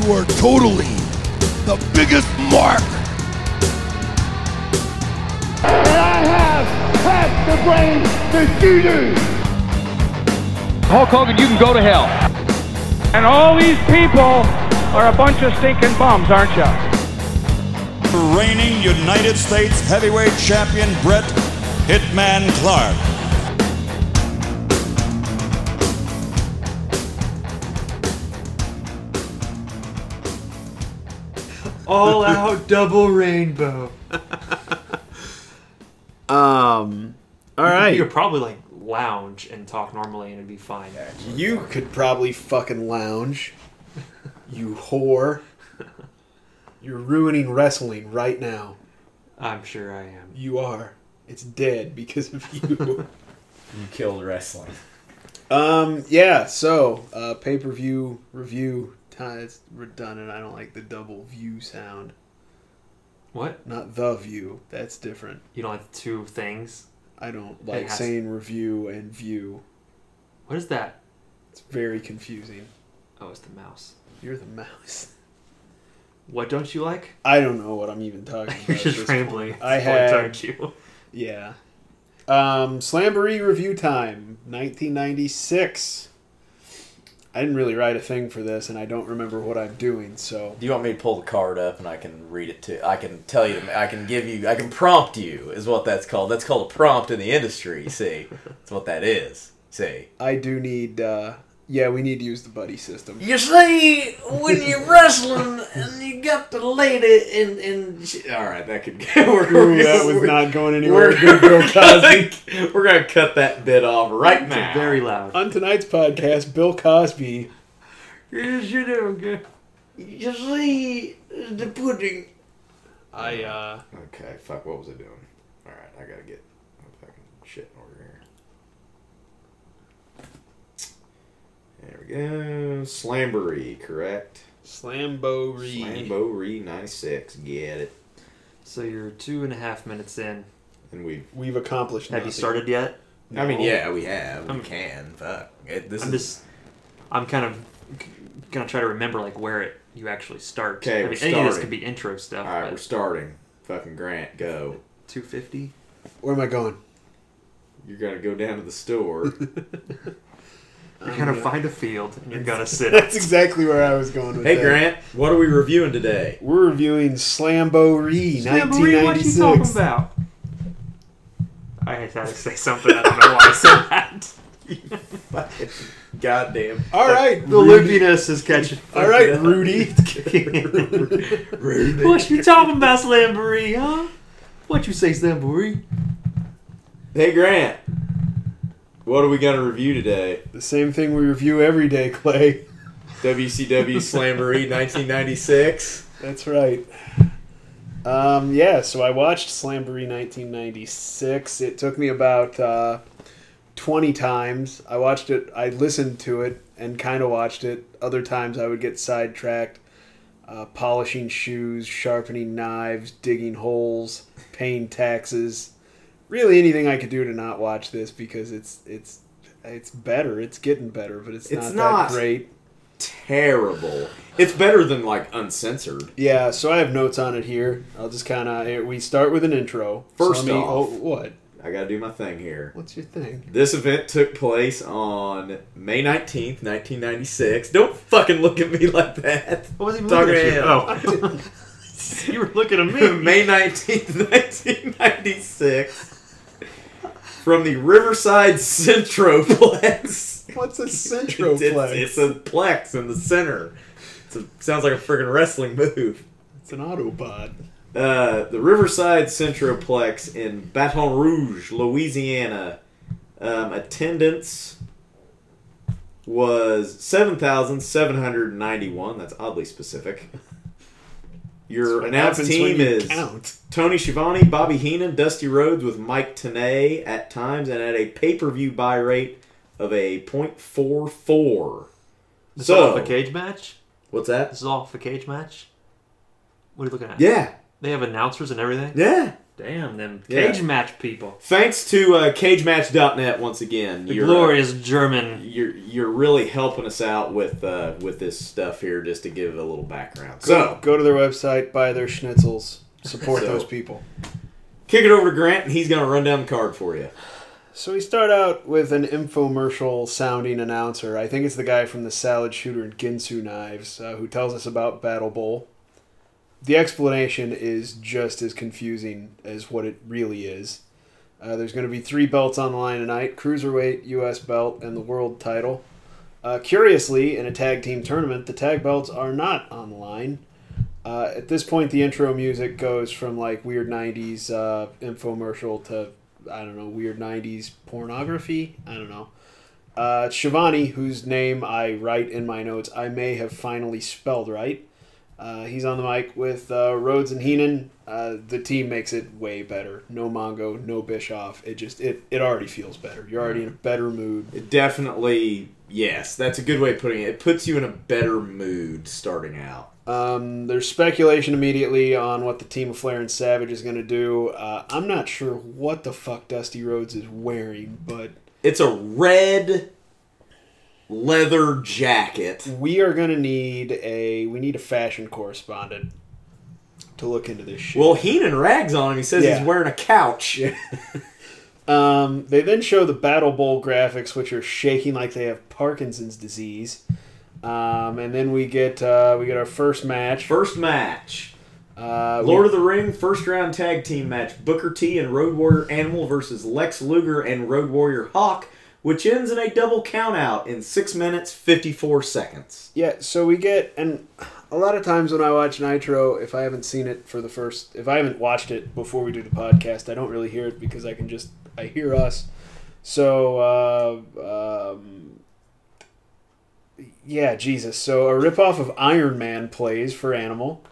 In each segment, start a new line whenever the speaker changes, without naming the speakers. You are totally the biggest mark.
and I have half the brains that you do.
Hulk Hogan, you can go to hell.
And all these people are a bunch of stinking bums, aren't you?
reigning United States heavyweight champion Brett Hitman Clark.
All out double rainbow.
All right.
You could probably like lounge and talk normally and it'd be fine.
You could probably fucking lounge. You whore. You're ruining wrestling right now.
I'm sure I am.
You are. It's dead because of you.
You killed wrestling.
um, yeah, so, uh, pay per view review. Uh, It's redundant. I don't like the double view sound.
What?
Not the view. That's different.
You don't like the two things?
I don't like
has-
saying review and view.
What is that?
It's very confusing.
Oh, it's the mouse.
You're the mouse.
What don't you like?
I don't know what I'm even talking about.
You're
at
just
this
rambling.
point. I
Sports,
had
aren't you?
Yeah. Um, Slamboree review time, 1996. I didn't really write a thing for this, and I don't remember what I'm doing. So
Do you want me to pull the card up and I can read it to? I can tell you. I can give you. I can prompt you. Is what that's called. That's called a prompt in the industry. See, that's what that is. See.
I do need. Uh, yeah, we need to use the buddy system.
You see, when you're wrestling and you got the lady and and she, all right, that could go. We're,
Ooh, that was
we're-
not going anywhere.
We're,
Good Bill Cosby.
we're gonna cut that bit off right now.
Very
Uh,
loud.
On tonight's podcast, Bill Cosby.
You're doing good.
You see the pudding.
I uh,
Okay, fuck. What was I doing? All right, I gotta get my fucking shit in order here. There we go. Slamboree, correct?
Slamboree.
Slamboree ninety six. Get it.
So you're two and a half minutes in.
And we.
We've accomplished.
Have
nothing.
you started yet?
I mean,
No.
yeah, we have. We
I'm-
can. Fuck. It, this
I'm
is.
just. I'm kind of g- gonna try to remember like where it you actually start.
Okay,
I
we're
mean, any of this
starting.
could be intro stuff.
All right, we're starting. Fucking Grant, go.
Two fifty.
Where am I going?
You're gonna go down to the store.
You're gonna find a field and you're gonna sit.
That's exactly where I was going with
hey,
that.
Grant, what are we reviewing today?
We're reviewing Slamboree,
what you talking
1996.
about? I had to say something. I don't know why I said that.
Goddamn.
All right,
The
Rudy.
loopiness is catching.
All right, Rudy.
what you talking about, Slamboree? Huh? What you say, Slamboree?
Hey, Grant, what are we gonna review today?
the same thing we review every day, Clay.
WCW Slamboree 1996.
That's right. Um, yeah, so I watched Slamboree 1996. It took me about uh, 20 times. I watched it, I listened to it and kind of watched it. Other times I would get sidetracked uh, polishing shoes, sharpening knives, digging holes, paying taxes. Really anything I could do to not watch this because it's it's it's better. It's getting better, but it's,
It's
not,
not.
that great.
Terrible. It's better than like uncensored.
Yeah, so I have notes on it here. I'll just kind of we start with an intro. So
First
let me-
off-
oh, what?
I gotta do my thing here.
What's your thing?
This event took place on May 19th, 1996. Don't fucking look at me like that.
I wasn't even
Talking
looking at you.
to him.
Oh. you were looking at me.
May 19th, 1996. From the Riverside Centroplex.
What's a
It's,
centroplex?
it's
it's,
a plex in the center. It's a, sounds like a freaking wrestling move.
an autobot.
Uh, the Riverside Centroplex in Baton Rouge, Louisiana. Um, attendance was 7,791. That's oddly specific.
That's
Your
what
announced
happens when
team
you
is
count.
Tony Schiavone, Bobby Heenan, Dusty Rhodes with Mike Tanay at times and at a pay per view buy rate of a .44.
This is all
So,
off a cage match.
what's that?
This is all off a cage match. What are you looking at?
Yeah,
They have announcers and everything.
yeah.
Damn them
Yeah.
cage match people.
Thanks to uh, CageMatch.net once again.
The
You're, uh,
glorious German.
You're you're really helping us out with uh, with this stuff here, just to give a little background. So
Go to their website, buy their schnitzels, support
So-
those people.
kick it over to Grant, and he's gonna run down the card for you.
So we start out with an infomercial sounding announcer. I think it's the guy from the Salad Shooter and Ginsu Knives uh, who tells us about Battle Bowl. The explanation is just as confusing as what it really is. Uh, there's going to be three belts on the line tonight Cruiserweight, U.S. belt, and the world title. Uh, curiously, in a tag team tournament, the tag belts are not on the line. Uh, at this point, the intro music goes from like weird 90s uh, infomercial to, I don't know, weird 90s pornography? I don't know. Uh, Shivani, whose name I write in my notes, I may have finally spelled right. Uh, he's on the mic with uh, Rhodes and Heenan. Uh, the team makes it way better. No Mongo, no Bischoff. It just it, it already feels better. You're already in a better mood.
It definitely, yes, that's a good way of putting it. It puts you in a better mood starting out.
Um, there's speculation immediately on what the team of Flair and Savage is going to do. Uh, I'm not sure what the fuck Dusty Rhodes is wearing, but
It's a red leather jacket.
we are going to need a we need a fashion correspondent to look into this shit.
Well, Heenan rags on him. He says
Yeah.
he's wearing a couch.
Um, they then show the Battle Bowl graphics, which are shaking like they have Parkinson's disease. Um, and then we get uh, we get our first match.
First match.
Uh, we-
Lord of the Ring first round tag team match Booker T and Road Warrior Animal versus Lex Luger and Road Warrior Hawk, which ends in a double countout in 6 minutes 54 seconds.
Yeah, so we get and a lot of times when I watch Nitro, if I haven't seen it for the first if I haven't watched it before we do the podcast, I don't really hear it because I can just I hear us. So uh, um, yeah, Jesus. So a ripoff of Iron Man plays for Animal,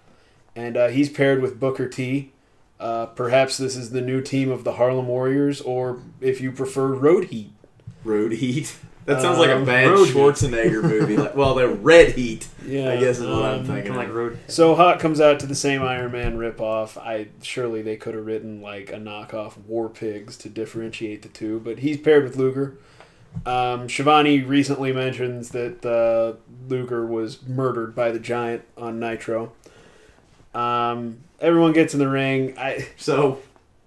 and uh, he's paired with Booker T. Uh, perhaps this is the new team of the Harlem Warriors, or if you prefer, Road Heat.
Road Heat. That sounds like a
Um,
bad
Road Heat.
Schwarzenegger movie. Like, well, the Red Heat,
Yeah,
I guess is what I'm
um,
thinking.
Kind of like road.
So Hawk comes out to the same Iron Man ripoff. I surely they could have written like a knockoff War Pigs to differentiate the two, but he's paired with Luger. Um, Shivani recently mentions that uh, Luger was murdered by the Giant on Nitro. Um, everyone gets in the ring. I
So,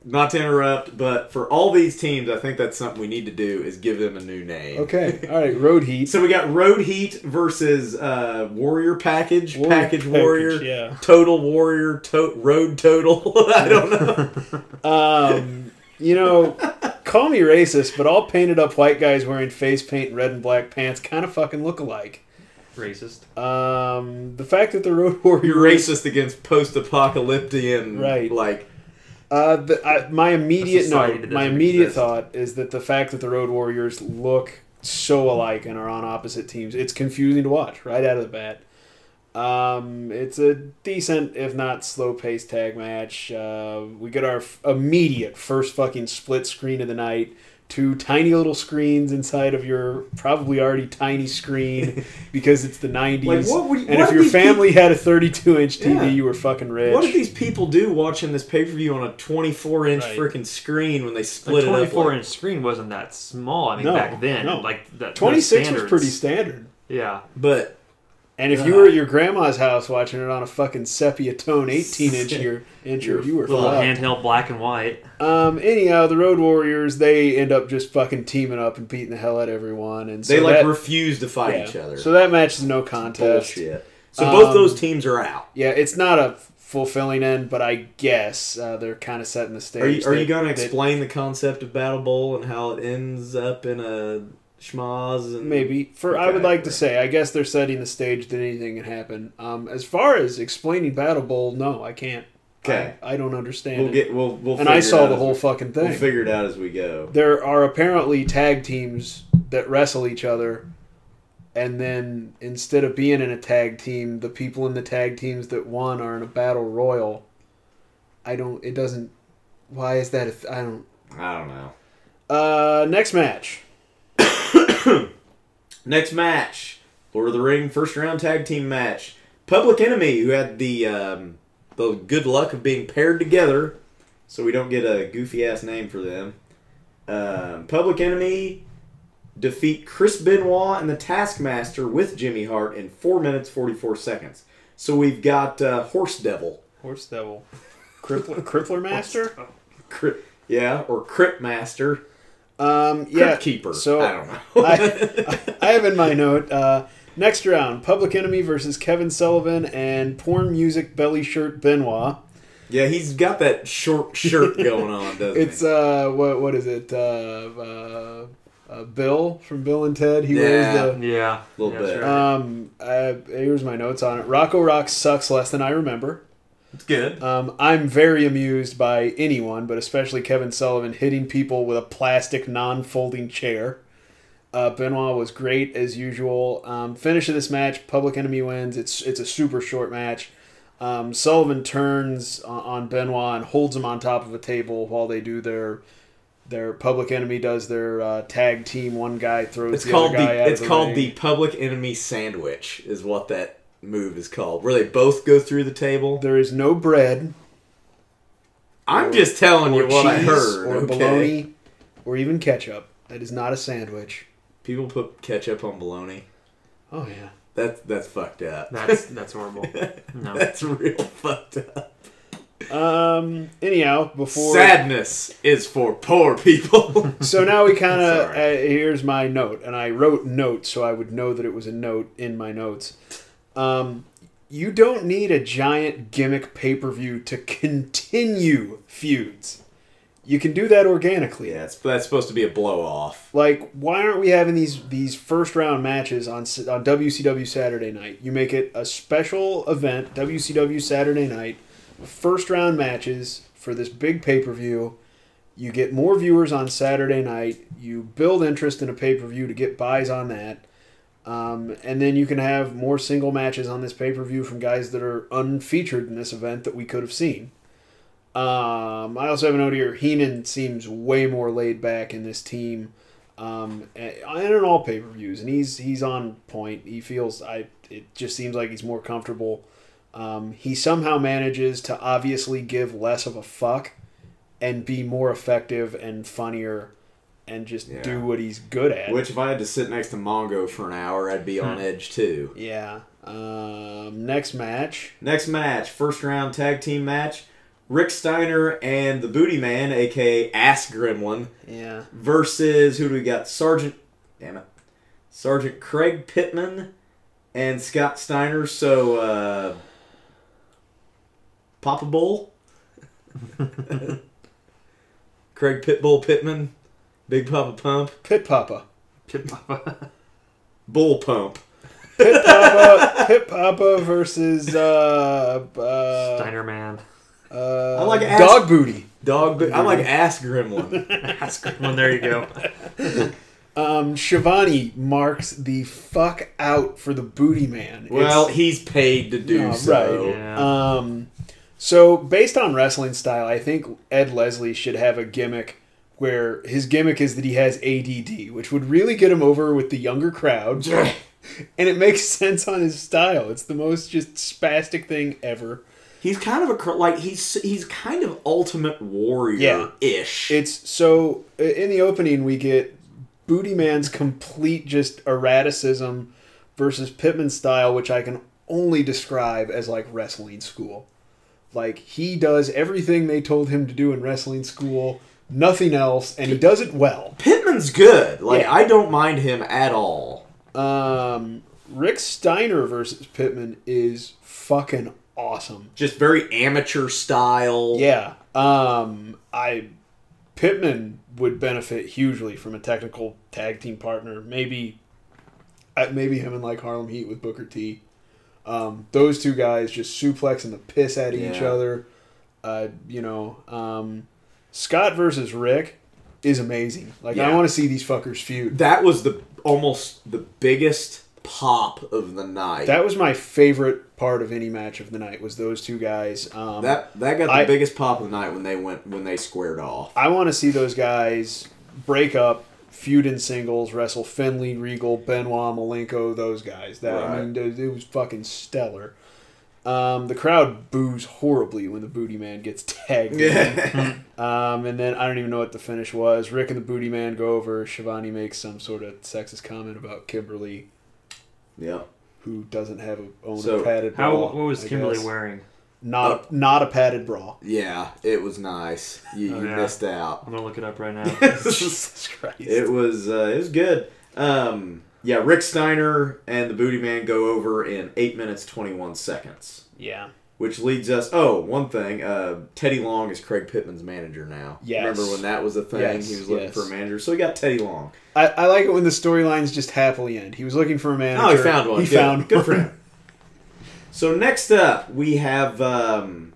not to interrupt, but for all these teams, I think that's something we need to do is give them a new name.
okay, all right. Road Heat.
So we got Road Heat versus uh, Warrior Package,
Warrior
Package
Package,
Warrior,
yeah.
Total Warrior, to- Road Total. I don't know.
Um, you know, call me racist, but all painted up white guys wearing face paint, and red and black pants, kind of fucking look alike.
Racist.
Um, the fact that the Road Warrior
You're racist against post-apocalyptic,
Right.
Like
Uh, the, I, my immediate no,
society that
my
doesn't
immediate
exist.
thought is that the fact that the Road Warriors look so alike and are on opposite teams, it's confusing to watch right out of the bat. Um, it's a decent, if not slow-paced tag match. Uh, we get our f- immediate first fucking split screen of the night. Two tiny little screens inside of your probably already tiny screen because it's the '90s.
what would you-
and
what
if
are
your
these peop-
family had a 32-inch TV,
Yeah.
you were fucking rich.
what did these people do watching this pay-per-view on a 24-inch
Right.
freaking screen when they
The
split it up?
24
like-
inch screen wasn't that small. I mean,
No,
back then,
no.
like the, those
26 was
standards.
pretty standard.
Yeah,
But
And if you were at your grandma's house watching it on a fucking sepia tone 18 inch year, inch
You're
you were
little
fucked.
handheld black and white.
Um, anyhow, the Road Warriors, they end up just fucking teaming up and beating the hell out of everyone. And so
they like
that,
refuse to fight
yeah.
each other.
So that match is no contest.
Bullshit. So both
Um,
those teams are out.
Yeah, it's not a fulfilling end, but I guess uh, they're kind of setting the stage.
Are you, are you
that-
going to
that
explain the concept of Battle Bowl and how it ends up in a schmoz? And
Maybe for I
Okay,
would like to
right.
say I guess they're setting the stage that anything can happen. Um, as far as explaining Battle Bowl, no, I can't.
Okay.
I, I don't understand.
We'll
it.
get. We'll. we'll
and
figure
I
it
saw
out
the
as
whole
we-
fucking thing.
We'll figure it out as we go.
there are apparently tag teams that wrestle each other, and then instead of being in a tag team, the people in the tag teams that won are in a battle royal. I don't. It doesn't. Why is that? A th- I don't.
I don't know.
Uh, next match.
Next match, Lord of the Ring first round tag team match. Public Enemy, who had the um, the good luck of being paired together, so we don't get a goofy ass name for them. Um, Public Enemy defeat Chris Benoit and the Taskmaster with Jimmy Hart in four minutes forty four seconds. So we've got uh, Horse Devil,
Horse Devil. Crippler, Crippler Master?
Cri- yeah, or Crypt Master,
Um,
Crypt
yeah.
Keeper.
So
I don't know.
I, I have in my note uh, next round Public Enemy versus Kevin Sullivan and porn music belly shirt Benoit.
yeah, he's got that short shirt going on, doesn't
It's
he?
uh what what is it uh, uh, uh Bill from Bill and Ted. He
Yeah.
wears
Yeah,
Little
yeah, that's
bit.
the
right.
um. Uh, here's my notes on it. Rocco Rock sucks less than I remember.
It's good.
Um, I'm very amused by anyone, but especially Kevin Sullivan hitting people with a plastic non-folding chair. Uh, Benoit was great as usual. Um, finish of this match, Public Enemy wins. It's it's a super short match. Um, Sullivan turns on, on Benoit and holds him on top of a table while they do their their Public Enemy does their uh, tag team. One guy throws
It's
the
called
other guy
the
out
it's
of the
called
ring.
the public enemy sandwich is what that move is called, where they both go through the table.
There is no bread.
I'm just telling you what I
cheese
heard.
or
okay?
bologna or even ketchup. That is not a sandwich.
People put ketchup on bologna.
Oh yeah.
That that's fucked up.
That's that's horrible. No,
that's real fucked up.
Um. Anyhow, before
Sadness is for poor people.
so now we kind of uh,
Sorry.
here's my note, and I wrote notes so I would know that it was a note in my notes. Um, you don't need a giant gimmick pay per view to continue feuds. You can do that organically.
yeah, it's, that's supposed to be a blow off.
Like, why aren't we having these these first round matches on S- on WCW Saturday night? You make it a special event, WCW Saturday night, first round matches for this big pay per view. You get more viewers on Saturday night. You build interest in a pay per view to get buys on that. Um, and then you can have more single matches on this pay per view from guys that are unfeatured in this event that we could have seen. Um, I also have a note here. Heenan seems way more laid back in this team, um, and and in all pay per views, and he's he's on point. He feels I. It just seems like he's more comfortable. Um, he somehow manages to obviously give less of a fuck and be more effective and funnier, and just
Yeah.
do what he's good at.
Which, if I had to sit next to Mongo for an hour, I'd be
Hmm.
on edge too.
Yeah. Um, next match.
Next match, first round tag team match. Rick Steiner and the Booty Man, aka Ass Gremlin,
Yeah.
versus who do we got? Sergeant, damn it, Sergeant Craig Pittman and Scott Steiner. So, uh, Papa Bull, Craig Pitbull Pittman, Big Papa Pump,
Pit Papa.
Pit
Uh,
Papa.
Bull Pump,
Pit Papa. Pit Papa versus uh, uh,
Steiner Man.
uh,
like ass-
dog booty.
Dog. Bo- I like Ass Gremlin.
That's a good one. There you go.
Um, Shivani marks the fuck out for the booty man.
well,
It's-
he's paid to do
Yeah,
so.
right.
Yeah.
um, so based on wrestling style, I think Ed Leslie should have a gimmick where his gimmick is that he has ADD, which would really get him over with the younger crowd. and it makes sense on his style. It's the most just spastic thing ever.
He's kind of a cr- like he's he's kind of ultimate warrior ish.
It's so in the opening we get Booty Man's complete just erraticism versus Pittman's style, which I can only describe as like wrestling school. Like he does everything they told him to do in wrestling school, nothing else, and he does it well.
Pittman's good. Like
Yeah.
I don't mind him at all.
Um, Rick Steiner versus Pittman is fucking awesome.
Just very amateur style.
Yeah. Um I Pittman would benefit hugely from a technical tag team partner. Maybe uh, maybe him and like Harlem Heat with Booker T. Um, those two guys just suplexing the piss out of each
Yeah.
other. Uh, you know, um, Scott versus Rick is amazing. Like I
Yeah.
want to see these fuckers feud.
That was the almost the biggest pop of the night. That
That was my favorite part of any match of the night was those two guys. Um,
that, got the
I-
biggest pop of the night when they went when they squared off.
I want to see those guys break up, feud in singles, wrestle Finley, Regal, Benoit, Malenko, those guys. That I mean, it, it was fucking stellar. Um, the crowd boos horribly when the Booty Man gets tagged. in. Um, and then I don't even know what the finish was. Rick and the Booty Man go over. Shivani makes some sort of sexist comment about Kimberly,
yep.
who doesn't have a own
So,
a padded
How
bra.
what was
I
Kimberly
guess.
wearing?
Not a, not a padded bra.
Yeah, it was nice. You, you
yeah.
missed out.
I'm gonna look it up right now.
Jesus Christ.
It was uh, it was good. Um, yeah, Rick Steiner and the Booty Man go over in eight minutes twenty one seconds,
yeah.
which leads us. Oh, one thing. Uh, Teddy Long is Craig Pittman's manager now.
Yes.
Remember when that was a thing?
Yes,
he was looking
yes.
for a manager, so he got Teddy Long.
I, I like it when the storylines just happily end. He was looking for a manager.
Oh, he found one.
He
good.
found
Good
one.
for him. So next up, we have um,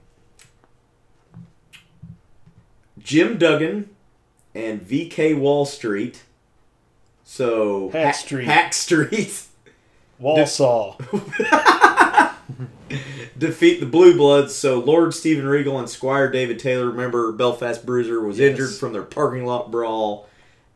Jim Duggan and VK Wall Street. So
Hack
Ha-
Street.
Hack Street
Walsall.
defeat the Blue Bloods. So Lord Stephen Regal and Squire David Taylor. Remember, Belfast Bruiser was
Yes.
injured from their parking lot brawl,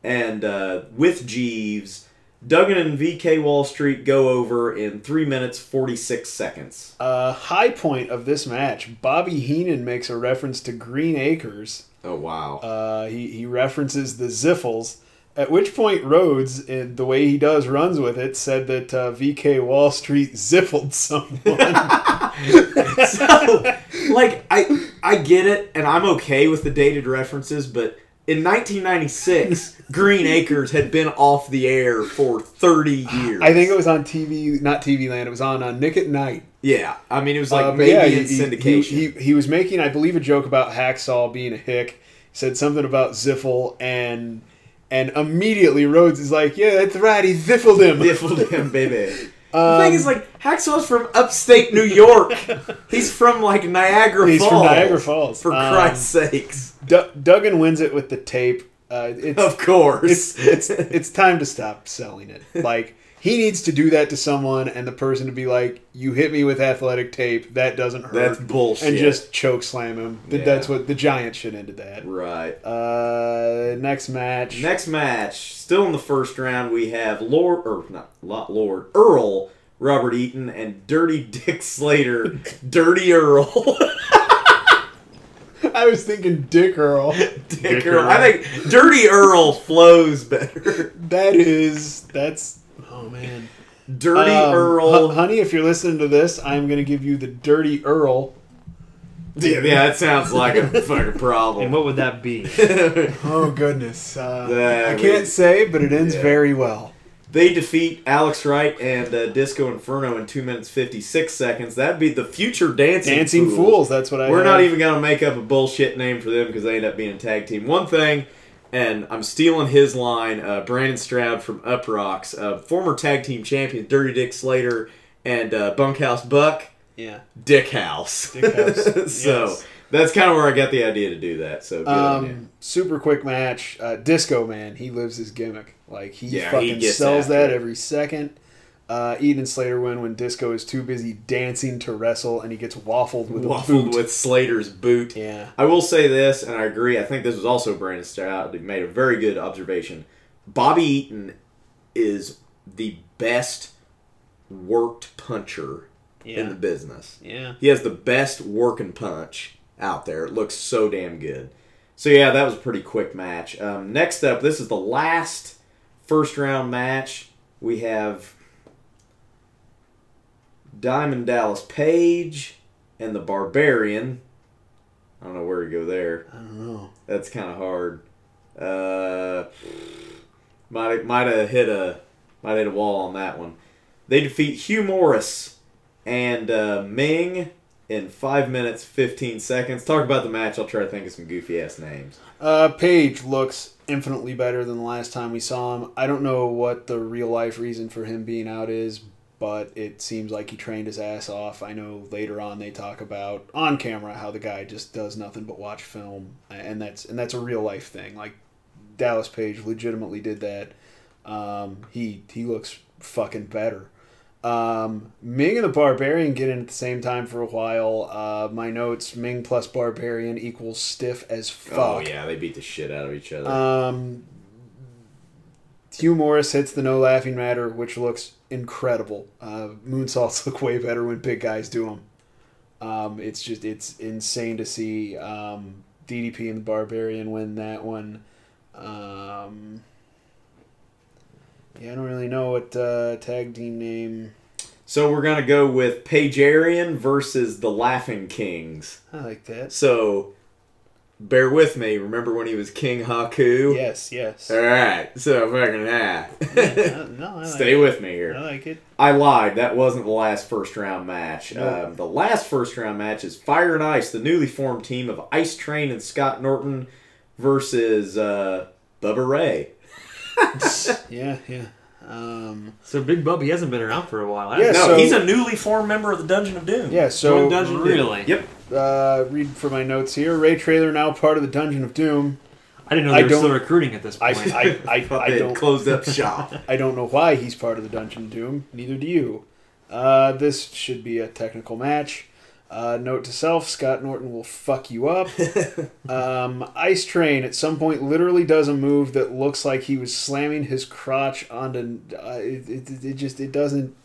and uh, with Jeeves, Duggan and VK Wall Street go over in three minutes forty six seconds.
Uh, high point of this match: Bobby Heenan makes a reference to Green Acres.
Oh wow!
Uh, he he references the Ziffles. At which point Rhodes, in the way he does, runs with it, said that uh, VK Wall Street ziffled someone.
so, like I I get it, and I'm okay with the dated references, but in 1996, Green Acres had been off the air for 30 years.
I think it was on TV, not TV Land. It was on uh, Nick at Night.
yeah. I mean, it was
Uh,
like
but
maybe
yeah,
in
he- he-
syndication.
He, he, he was making, I believe, a joke about Hacksaw being a hick. He said something about Ziffle, and and immediately Rhodes is like, "Yeah, that's right, he ziffled him."
Biffled him, baby.
Um,
the thing is, like, Hacksaw's from upstate New York. He's from like Niagara
He's
Falls.
from Niagara Falls.
For
Um,
Christ's sakes!
Du- Duggan wins it with the tape. Uh, it's,
Of course.
it's it's it's time to stop selling it. Like he needs to do that to someone, and the person to be like, "You hit me with athletic tape. That doesn't hurt."
That's bullshit.
And just choke slam him. Th-
Yeah.
That's what the giant should ended that.
right.
Uh, next match.
Next match, still in the first round, we have Lord or not Lot Lord Earl Robert Eaton and Dirty Dick Slater, Dirty Earl,
I was thinking Dick Earl.
Dick Earl. I think Dirty Earl flows better.
That is that's oh man.
Dirty
Um,
Earl.
hu- honey, if you're listening to this, I'm gonna give you the dirty Earl.
yeah, yeah, that sounds like a fucking
and
problem.
what would that be?
Oh goodness. Uh,
That
I can't
was-
say, but it ends
yeah.
very well.
They defeat Alex Wright and uh, Disco Inferno in two minutes fifty six seconds. That'd be the future dancing
Dancing Fools.
fools.
that's what I
We're not
have.
even gonna make up a bullshit name for them because they end up being a tag team. One thing, and I'm stealing his line. Uh, Brandon Stroud from Up Rocks, uh, former tag team champions Dirty Dick Slater and uh, Bunkhouse Buck,
Yeah.
Dick House.
Dick House,
so
yes.
that's kind of where I got the idea to do that. So good on you.
Um, super quick match. Uh, Disco man, he lives his gimmick. Like he
Yeah, he
fucking
gets
sells
after
that
it.
every second. Uh, Eden and Slater win when Disco is too busy dancing to wrestle, and he gets waffled with a
waffled
boot.
with Slater's boot.
Yeah.
I will say this, and I agree. I think this was also Brandon Stroud who made a very good observation. Bobby Eaton is the best worked puncher in the business.
Yeah.
He has the best work and punch out there. It looks so damn good. So yeah, that was a pretty quick match. Um, next up, this is the last first round match. We have Diamond Dallas Page and the Barbarian. I don't know where to go there.
I don't know.
That's kind of hard. Uh, might might have hit a might hit a wall on that one. They defeat Hugh Morris and uh, Ming in five minutes fifteen seconds. Talk about the match. I'll try to think of some goofy ass names.
Uh, Page looks infinitely better than the last time we saw him. I don't know what the real life reason for him being out is, but it seems like he trained his ass off. I know later on they talk about on camera how the guy just does nothing but watch film, and that's and that's a real life thing. Like Dallas Page legitimately did that. Um, he he looks fucking better. Um, Ming and the Barbarian get in at the same time for a while. Uh, my notes: Ming plus Barbarian equals stiff as fuck.
Oh yeah, they beat the shit out of each other.
Um, Hugh Morris hits the no laughing matter, which looks incredible. Uh, moonsaults look way better when big guys do them. Um, it's just it's insane to see um, DDP and the Barbarian win that one. Um, yeah, I don't really know what uh, tag team name.
So we're gonna go with Pagerian versus the Laughing Kings.
I like that.
So bear with me. Remember when he was King Haku?
Yes, yes.
All right. So fucking
Uh,
that.
no, I like
Stay
it.
with me here.
I like it.
I lied. That wasn't the last first round match.
No.
Um, the last first round match is Fire and Ice, the newly formed team of Ice Train and Scott Norton versus uh, Bubba Ray.
Yeah, yeah. Um,
So Big Bubby hasn't been around for a while.
Yeah,
has he?
No,
so-
he's a newly formed member of the Dungeon of Doom.
yeah, so
Joined Dungeon of Doom. really?
Yep.
uh, read for my notes here. Ray Trailer now part of the Dungeon of Doom.
I didn't know
I
they were still
don't-
recruiting at this
I
point.
I, I, I,
They
don't
closed up shop.
I don't know why he's part of the Dungeon of Doom. Neither do you. Uh, this should be a technical match. Uh, note to self: Scott Norton will fuck you up. um, Ice Train at some point literally does a move that looks like he was slamming his crotch onto. Uh, it, it, it just it doesn't.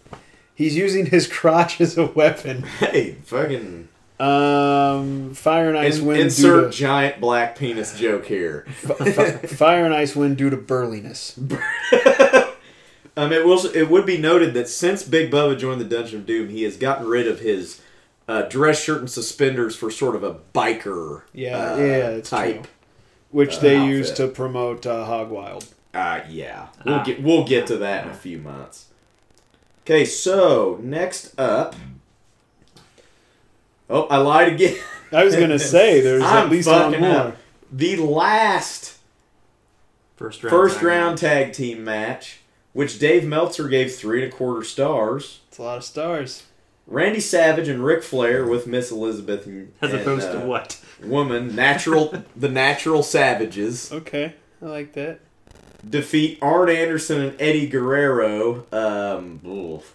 He's using his crotch as a weapon.
hey, fucking
Um, Fire and Ice
in-
win.
insert
due to,
giant black penis joke here.
fi- fi- Fire and Ice win due to burliness.
Um, it will. It would be noted that since Big Bubba joined the Dungeon of Doom, he has gotten rid of his uh, dress shirt and suspenders for sort of a biker.
Yeah,
uh,
yeah, it's
type.
true. Which they
outfit.
use to promote uh, Hog Wild.
Uh, yeah, we'll
Ah.
get we'll get to that in a few months. Okay, so next up. Oh, I lied again.
I was gonna say there's
I'm
at least one
fucking
more.
up. The last
first round.
first
tag.
round tag team match, which Dave Meltzer gave three and a quarter stars.
It's a lot of stars.
Randy Savage and Ric Flair with Miss Elizabeth and,
As
and,
opposed
uh,
to what?
woman natural the natural savages
Okay, I like that.
defeat Arn Anderson and Eddie Guerrero um, oof,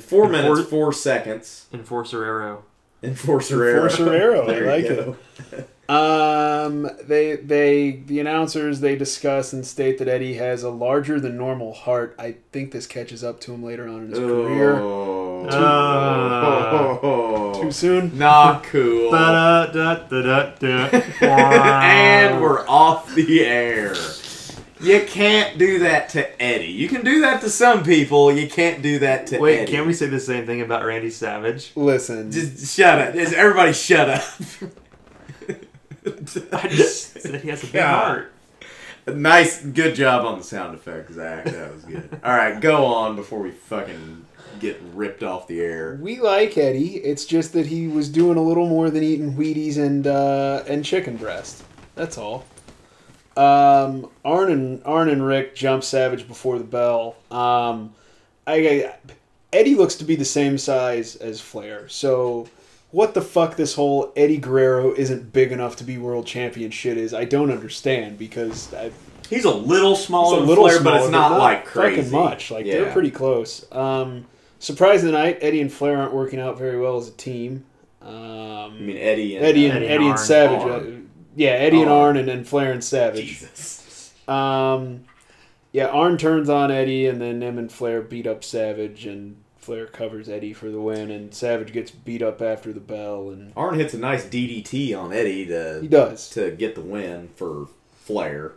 In
four
four-
minutes four seconds.
Enforcer Arrow.
Enforcer Arrow.
Enforcer Arrow, I
There you
like
go.
Um, they they the announcers they discuss and state that Eddie has a larger than normal heart. I think this catches up to him later on in his career.
Oh.
Uh,
Oh.
Too soon.
Not cool. and we're off the air. You can't do that to Eddie. You can do that to some people. You can't do that to
Wait,
Eddie.
can we say the same thing about Randy Savage?
Listen,
Just shut up. Just everybody shut up.
I just said he has a big
God.
heart.
nice. Good job on the sound effect, Zach. That was good. All right, go on before we fucking get ripped off the air.
we like Eddie. It's just that he was doing a little more than eating Wheaties and uh, and chicken breast. That's all. Um, Arn and Arn and Rick jump Savage before the bell. Um, I, I Eddie looks to be the same size as Flair. So what the fuck this whole Eddie Guerrero isn't big enough to be world champion shit is? I don't understand because I,
He's a little
it's
smaller
a
than
little
Flair,
smaller,
but it's not, like
fucking
crazy
much. Like
Yeah.
they're pretty close. Um, surprise of the night, Eddie and Flair aren't working out very well as a team.
I
Um,
mean, Eddie and uh,
Eddie and Eddie,
Eddie and
and,
Arn.
Savage,
Arn.
uh, yeah, Eddie and
Arn.
Arn, and then Flair and Savage.
Jesus.
Um, yeah, Arn turns on Eddie, and then him and Flair beat up Savage, and Flair covers Eddie for the win, and Savage gets beat up after the bell, and
Arn hits a nice DDT on Eddie to
he does.
to get the win for Flair.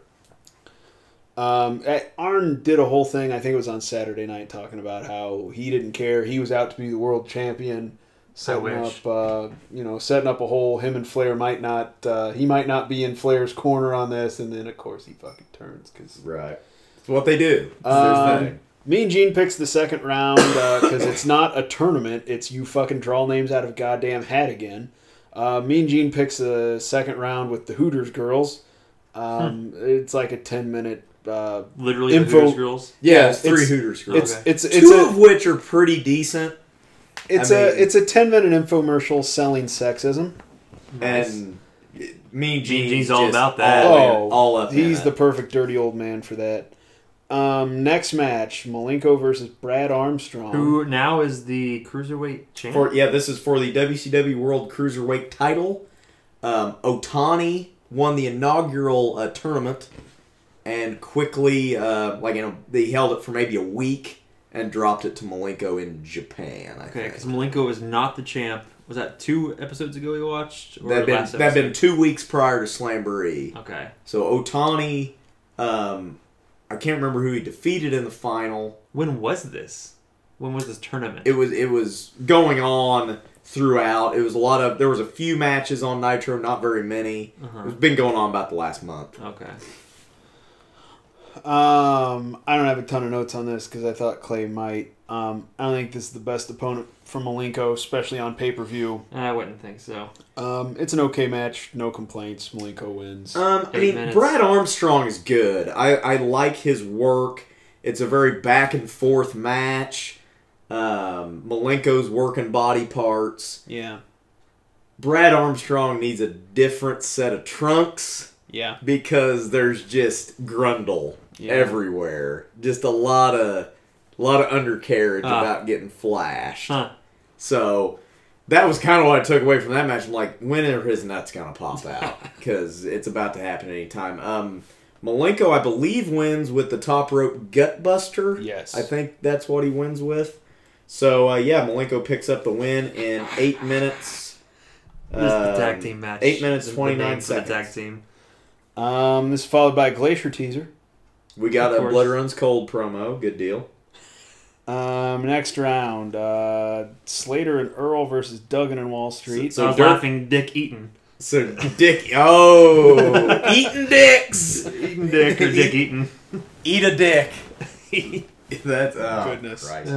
Um, eh, Arn did a whole thing. I think it was on Saturday night talking about how he didn't care. He was out to be the world champion. Setting
wish.
up, uh, you know, setting up a whole. Him and Flair might not. Uh, he might not be in Flair's corner on this, and then of course he fucking turns because.
Right. It's what they do. It's their
Um,
thing.
Mean Gene picks the second round because it's not a tournament. It's you fucking draw names out of goddamn hat again. Uh, mean Gene picks the second round with the Hooters girls. Um,
Hmm.
It's like a ten minute. Uh,
Literally,
Info-
the Hooters girls.
Yeah, it's
it's-
three Hooters girls.
it's,
Okay.
it's it's
Two
a,
of which are pretty decent,
It's
I
a
mean-
it's a ten minute infomercial selling sexism.
and Mean Gene's,
Gene's all
just
about that.
All, in- all up. in
Oh, he's
it.
the perfect dirty old man for that. Um, next match: Malenko versus Brad Armstrong.
Who now is the cruiserweight champ?
for yeah. This is for the WCW World Cruiserweight title. Um, Otani won the inaugural uh, tournament, and quickly, uh, like you know, they held it for maybe a week, and dropped it to Malenko in Japan. I
Okay,
think.
because Malenko is not the champ. Was that two episodes ago we watched? Or
That been
last
that been
episode?
two weeks prior to Slamboree.
Okay.
So Otani, um, I can't remember who he defeated in the final.
When was this? When was this tournament?
It was it was going on throughout. It was a lot of there was a few matches on Nitro, not very many. It's been going on about the last month.
okay.
Um, I don't have a ton of notes on this because I thought Clay might. Um, I don't think this is the best opponent for Malenko, especially on pay per view.
I wouldn't think so.
Um, it's an okay match, no complaints. Malenko wins.
Um, I
Eight
mean,
minutes.
Brad Armstrong is good. I, I like his work. It's a very back and forth match. Um, Malenko's working body parts.
yeah,
Brad Armstrong needs a different set of trunks
yeah.
because there's just grundle
Yeah.
everywhere. Just a lot of lot of undercarriage
Ah.
about getting flashed.
Huh.
So that was kind of what I took away from that match. I'm like, when are his nuts gonna pop out? Because it's about to happen anytime. Um, Malenko, I believe, wins with the top rope gut buster.
Yes.
I think that's what he wins with. So uh, yeah, Malenko picks up the win in eight minutes.
This is the
Um,
tag team match.
Eight minutes
This is the
twenty
name
nine
for the
seconds.
Tag team.
Um, this is followed by a Glacier teaser.
We got
Of
a
course.
Blood Runs Cold promo. Good deal.
Um, next round, uh, Slater and Earl versus Duggan and Wall Street.
So
So I was
Dirk-
laughing Dick Eaton.
So Dick, oh, eating dicks.
Eaton Dick or Dick Eaton.
Eat a dick.
That's oh,
Goodness.
Christ.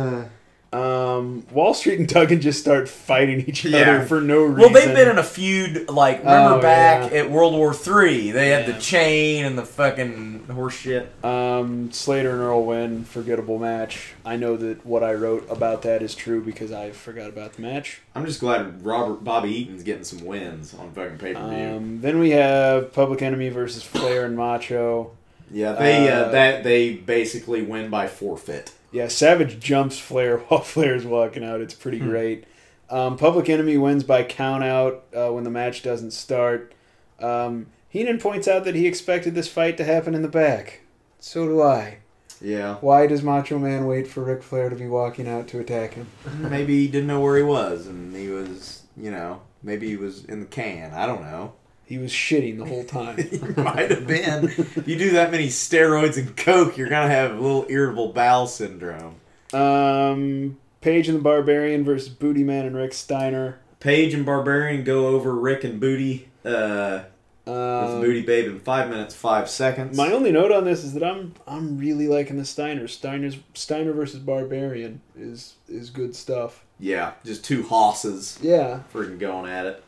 um, Wall Street and Duggan just start fighting each
Yeah.
other for no reason.
Well, they've been in a feud. Like remember
Oh,
back at World War Three, they had
Yeah.
the chain and the fucking horse shit.
Um, Slater and Earl win. Forgettable match. I know that what I wrote about that is true because I forgot about the match.
I'm just glad Robert Bobby Eaton's getting some wins on fucking pay per view.
Um, then we have Public Enemy versus Flair and Macho.
yeah, they uh,
uh,
that they basically win by forfeit.
Yeah, Savage jumps Flair while Flair's walking out. It's pretty great. Um, Public Enemy wins by count out uh, when the match doesn't start. Um, Heenan points out that he expected this fight to happen in the back. So do I.
Yeah,
Why does Macho Man wait for Ric Flair to be walking out to attack him?
maybe he didn't know where he was, and he was, you know, maybe he was in the can. I don't know.
He was shitting the whole time.
He might have been. if you do that many steroids and coke, you're gonna have a little irritable bowel syndrome.
Um, Paige and the Barbarian versus Booty Man and Rick Steiner.
Paige and Barbarian go over Rick and Booty. Uh,
Um,
with Booty Babe in five minutes, five seconds.
My only note on this is that I'm I'm really liking the Steiner. Steiner's Steiner versus Barbarian is is good stuff.
yeah, just two hosses
Yeah.
freaking going at it.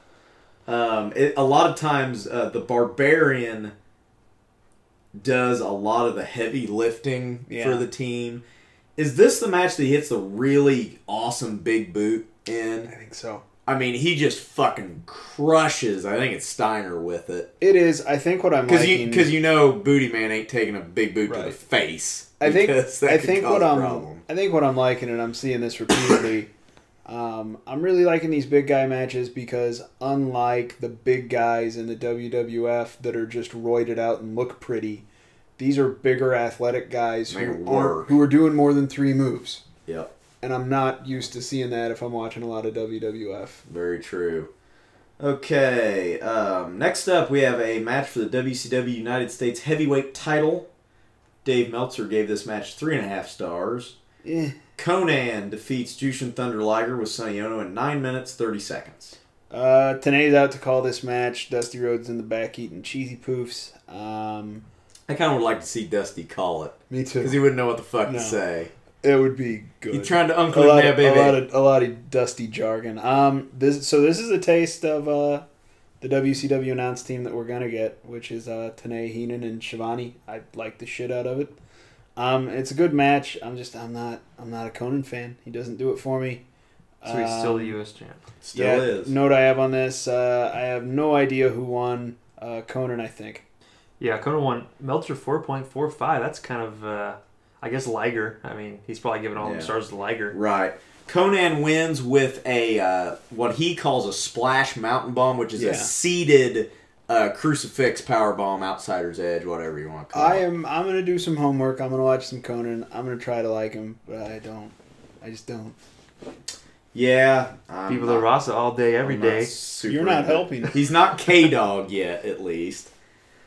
Um, it a lot of times, uh, the Barbarian does a lot of the heavy lifting
Yeah.
for the team. Is this the match that he hits the really awesome big boot in?
I think so.
I mean, he just fucking crushes. I think it's Steiner with it
It is. I think what I'm
because
liking
you because you know Booty Man ain't taking a big boot to the
Right.
face.
I think
because that
I
could
think
cause
what
a
I'm
problem.
I think what I'm liking and I'm seeing this repeatedly. um, I'm really liking these big guy matches because unlike the big guys in the WWF that are just roided out and look pretty, these are bigger athletic guys
Make it
who are,
work.
who are doing more than three moves.
Yep,
And I'm not used to seeing that if I'm watching a lot of WWF.
very true. Okay, um, next up we have a match for the WCW United States Heavyweight Title. Dave Meltzer gave this match three and a half stars.
Eh.
Conan defeats Jushin Thunder Liger with Sonny Ono in nine minutes thirty seconds.
Uh, Tanae's out to call this match. Dusty Rhodes in the back eating cheesy poofs. Um,
I kind of would like to see Dusty call it
me
because he wouldn't know what the fuck
No.
to say.
It would be good.
He's trying to
a
uncle
lot,
that
of, a
baby.
lot of a lot of dusty jargon. Um, this so this is a taste of uh, the WCW announced team that we're gonna get, which is uh, Tanae Heenan and Shivani. I like the shit out of it. Um, it's a good match. I'm just I'm not I'm not a Conan fan. He doesn't do it for me.
So he's still the
Um,
U.S. champ.
Still
yeah,
is.
Note I have on this. Uh, I have no idea who won. Uh, Conan, I think.
Yeah, Conan won. Meltzer 4.45. That's kind of, uh, I guess, Liger. I mean, he's probably giving all
Yeah.
the stars to Liger.
Right. Conan wins with a uh, what he calls a splash mountain bomb, which is
Yeah.
a seeded uh, crucifix, powerbomb, outsider's edge, whatever you want to call
I
it.
am. I'm gonna do some homework. I'm gonna watch some Conan. I'm gonna try to like him, but I don't. I just don't.
Yeah, I'm
People
not-
of Rasa all day, every
I'm
day.
not super
You're not
into it.
helping.
He's not K Dog yet, at least.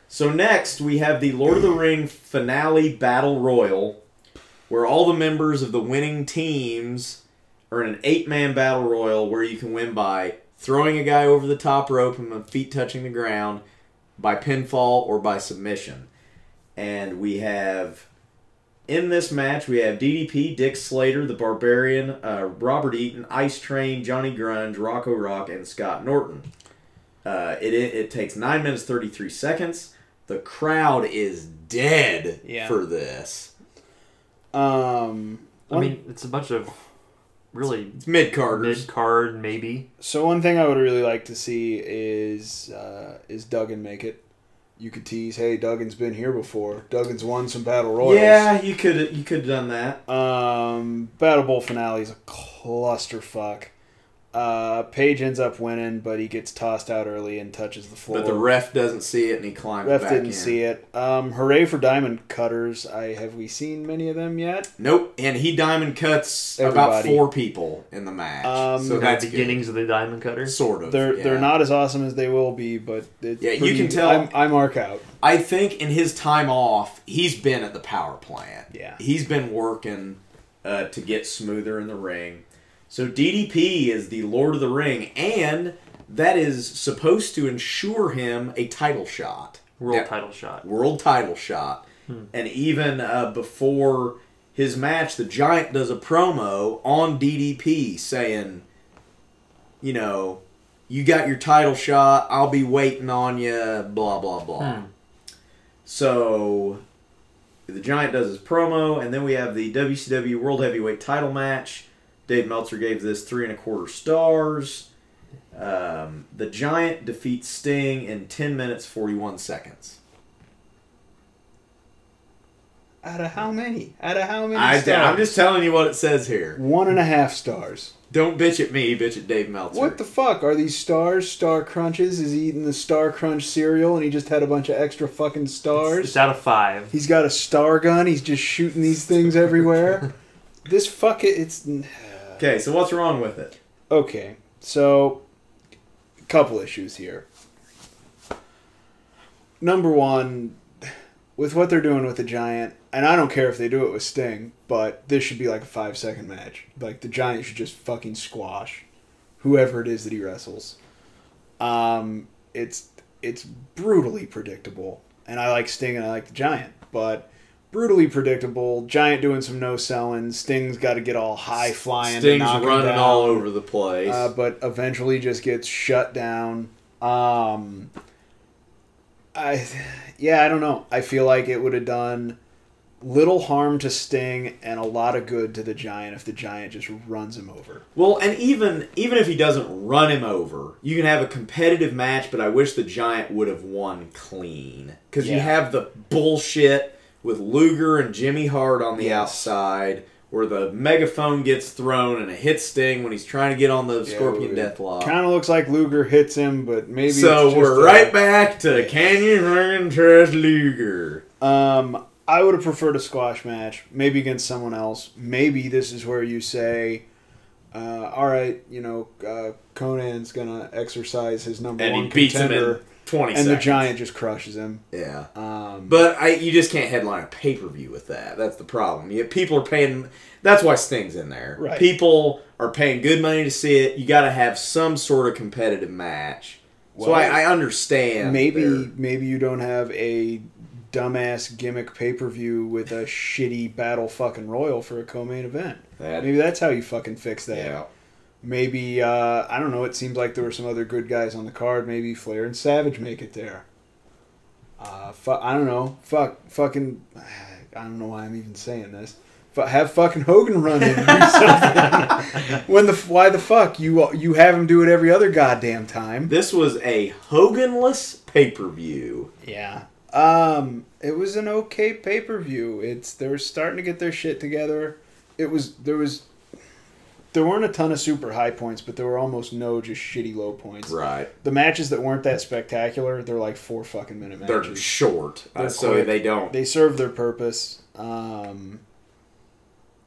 So next we have the Lord of the Ring finale battle royal, where all the members of the winning teams are in an eight-man battle royal where you can win by throwing a guy over the top rope and with feet touching the ground, by pinfall or by submission. And we have in this match we have DDP, Dick Slater, the Barbarian, uh, Robert Eaton, Ice Train, Johnny Grunge, Rocco Rock, and Scott Norton. Uh, it, it, it takes 9 minutes 33 seconds. The crowd is dead
Yeah.
for this.
Um.
I mean, it's a bunch of really
It's mid-carders.
mid card, maybe.
So one thing I would really like to see is uh, is Duggan make it. You could tease, hey, Duggan's been here before. Duggan's won some battle royals.
Yeah, you could you could have done that.
Um, Battle Bowl finale is a clusterfuck. Uh, Page ends up winning, but he gets tossed out early and touches the floor.
But the ref doesn't see it and he climbs
Ref
back
didn't
in.
see it. Um, hooray for diamond cutters! I have we seen many of them yet?
Nope, and he diamond cuts about
Everybody.
four people in the match.
Um,
so
Kind of
that's beginning
beginnings of the Diamond Cutter.
sort of.
They're they're
yeah.
not as awesome as they will be, but it's
Yeah, you
pretty-
can tell-
I'm, I mark out.
I think in his time off, he's been at the power plant.
Yeah.
He's been working uh, to get smoother in the ring. So DDP is the Lord of the Ring, and that is supposed to ensure him a title shot.
World
Now-
title shot.
world title shot. And even uh, before his match, the Giant does a promo on DDP saying, you know, you got your title shot. I'll be waiting on you. Blah blah blah. So the Giant does his promo, and then we have the WCW World Heavyweight Title match. Dave Meltzer gave this three and a quarter stars. Um, the Giant defeats Sting in ten minutes forty one seconds.
Out of how many? Out of how many?
I,
stars?
am just telling you what it says here.
one and a half stars.
Don't bitch at me, bitch at Dave Meltzer.
What the fuck are these stars? Star crunches? Is he eating the Star Crunch cereal and he just had a bunch of extra fucking stars?
It's out of five.
He's got a star gun. He's just shooting these things everywhere. this fuck it. It's
Okay, so what's wrong with it?
okay. So, couple issues here. Number one, with what they're doing with the giant, and I don't care if they do it with Sting, but this should be like a five second match. Like the giant should just fucking squash whoever it is that he wrestles. Um, it's it's brutally predictable, and I like Sting and I like the Giant, but brutally predictable. Giant doing some no selling. Sting's got to get all high flying.
Sting's running all over the place.
uh, but eventually just gets shut down. Um, I, yeah, I don't know. I feel like it would have done little harm to Sting and a lot of good to the Giant if the Giant just runs him over.
well, and even even if he doesn't run him over, you can have a competitive match. But I wish the Giant would have won clean because you
Yeah.
have the bullshit with Luger and Jimmy Hart on the outside, where the megaphone gets thrown and it hits Sting when he's trying to get on the Scorpion Deathlock.
Kind of looks like Luger hits him, but maybe it's
So
just
we're
a-
right back to Canyon Ring Trash Luger.
Um, I would have preferred a squash match, maybe against someone else. Maybe this is where you say, uh, "All right, you know, uh, Conan's gonna exercise his number
And
one
he beats him
contender,"
in 20
and
seconds.
the giant just crushes him.
Yeah.
Um,
But I, you just can't headline a pay per view with that. That's the problem. You, people are paying. That's why Sting's in there.
Right.
People are paying good money to see it. You got to have some sort of competitive match. so
Well,
I, I understand.
maybe,
their-
maybe you don't have a dumbass gimmick pay per view with a shitty battle fucking royal for a co-main event.
That-
maybe that's how you fucking fix that.
Yeah.
Maybe uh, I don't know. It seems like there were some other good guys on the card. Maybe Flair and Savage make it there. Uh, fu- I don't know. Fuck, fucking. I don't know why I'm even saying this. But have fucking Hogan run in. and do something. when the f- why the fuck you you have him do it every other goddamn time.
This was a Hoganless pay per view.
Yeah. Um, it was an okay pay per view. It's they were starting to get their shit together. It was there was there weren't a ton of super high points, but there were almost no just shitty low points.
Right.
The matches that weren't that spectacular, they're like four fucking minute matches.
They're short, Uh,
They're
so
quick.
they don't.
They serve their purpose. Um,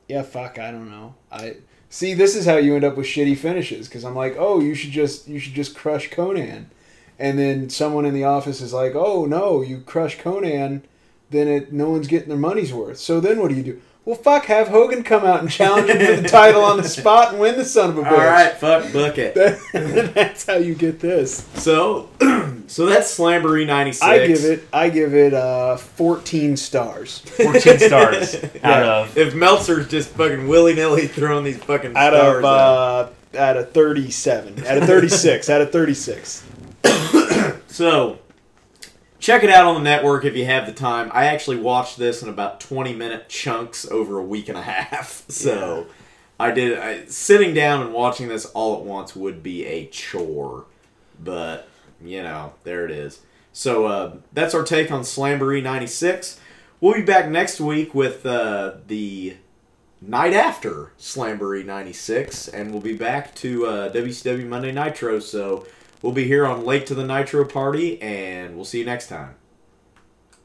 yeah, fuck, I don't know. I see. This is how you end up with shitty finishes because I'm like, oh, you should just you should just crush Conan, and then someone in the office is like, oh no, you crush Conan, then it no one's getting their money's worth. So then what do you do? Well, fuck, have Hogan come out and challenge him for the title on the spot and win the son of a bitch.
All right, fuck, book it.
that's how you get this.
So, so that's Slamboree '96.
I give it. I give it uh, 14 stars.
14 stars out of.
If Meltzer's just fucking willy nilly throwing these fucking
out
stars
of uh, out of 37 out of 36 out of 36
So, check it out on the network if you have the time. I actually watched this in about 20 minute chunks over a week and a half. So, I did. I, sitting down and watching this all at once would be a chore. But, you know, there it is. So, uh, that's our take on Slamboree 96. We'll be back next week with uh, the night after Slamboree 96, and we'll be back to uh, WCW Monday Nitro. So, we'll be here on Late to the Nitro Party, and we'll see you next time.